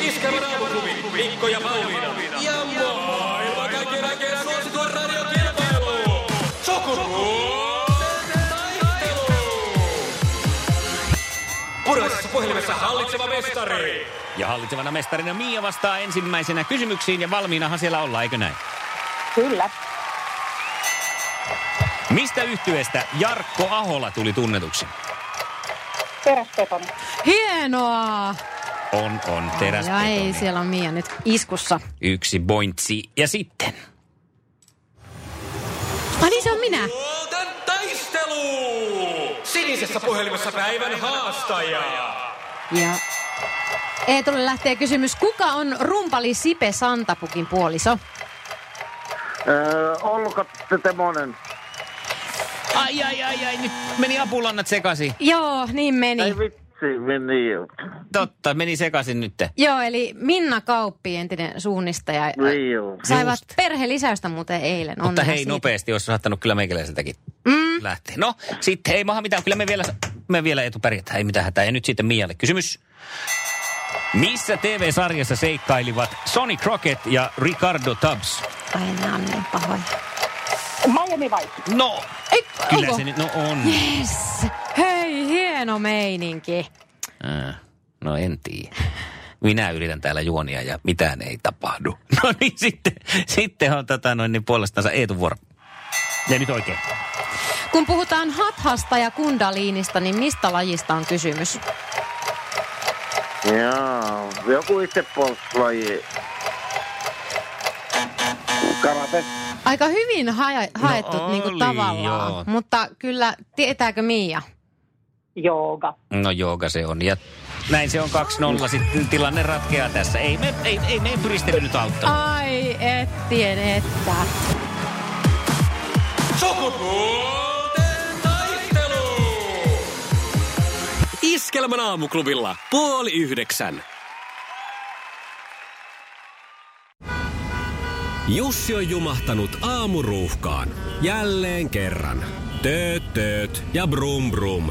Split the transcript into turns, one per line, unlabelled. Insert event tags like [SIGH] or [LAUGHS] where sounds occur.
Iskävä raamuklubi, Mikko ja Pauliina. Ja maailman kaikkien aikeen suosituen radiokilpailu. Sukupuolten taistelu. Puraisessa puhelimessa hallitseva mestari.
Ja hallitsevana mestarina Miia vastaa ensimmäisenä kysymyksiin ja valmiinahan siellä ollaan, eikö näin?
Kyllä.
Mistä yhtyeestä Jarkko Ahola tuli tunnetuksi?
Terästepon.
Hienoa!
On, on, teräs
Ja ei, siellä on Mia nyt iskussa.
Yksi pointsi. Ja sitten,
Ai niin, se on minä.
Sukupuolten taistelu. Sinisessä puhelimessa päivän haastaja.
Ja Eetulle lähtee kysymys, kuka on rumpali Sipe Santapukin puoliso?
Öö, Olka Temonen.
ai, ai, ai, ai, nyt meni apulannat sekaisin.
Joo, niin meni.
Ei vitsi, meni jo.
Totta, meni sekaisin nyt.
Joo, eli Minna Kauppi, entinen suunnistaja, Äh,
Niin jo.
saivat perhelisäystä muuten eilen.
Mutta
onnea
hei,
siitä.
nopeasti olisi saattanut kyllä meikäläiseltäkin
Mm.
lähteä. No, sitten ei maha mitään, kyllä me vielä, me vielä etupärjätään, ei mitään hätää. Ja nyt sitten Mialle kysymys. Missä TV-sarjassa seikkailivat Sonny Crockett ja Ricardo Tubbs?
Ai, nämä on niin pahoja.
Miami Vice.
No,
Ei,
kyllä
oiko?
se nyt, no on.
Yes. Hei, hieno meininki.
Äh, No en tiedä. Minä yritän täällä juonia ja mitään ei tapahdu. [LAUGHS] No niin, sitten, sitten on tota noin niin puolestansa Eetu vuoro. Ja nyt oikein.
Kun puhutaan hathasta ja kundaliinista, niin mistä lajista on kysymys?
Jaa, joku itse polslaji. Karate.
Aika hyvin haja, haettu
No
no, niinku
oli,
tavallaan,
joo.
mutta kyllä, tietääkö Miia?
Jooga.
No jooga se on. Ja näin se on 2-0. Sitten tilanne ratkeaa tässä. Ei me, ei, ei meidän pyristely nyt auttaa.
Ai ettien että.
Sukupuolten taistelu.
Iskelmän aamuklubilla puoli yhdeksän. Jussi on jumahtanut aamuruuhkaan. Jälleen kerran. Tööt, tööt ja brum brum.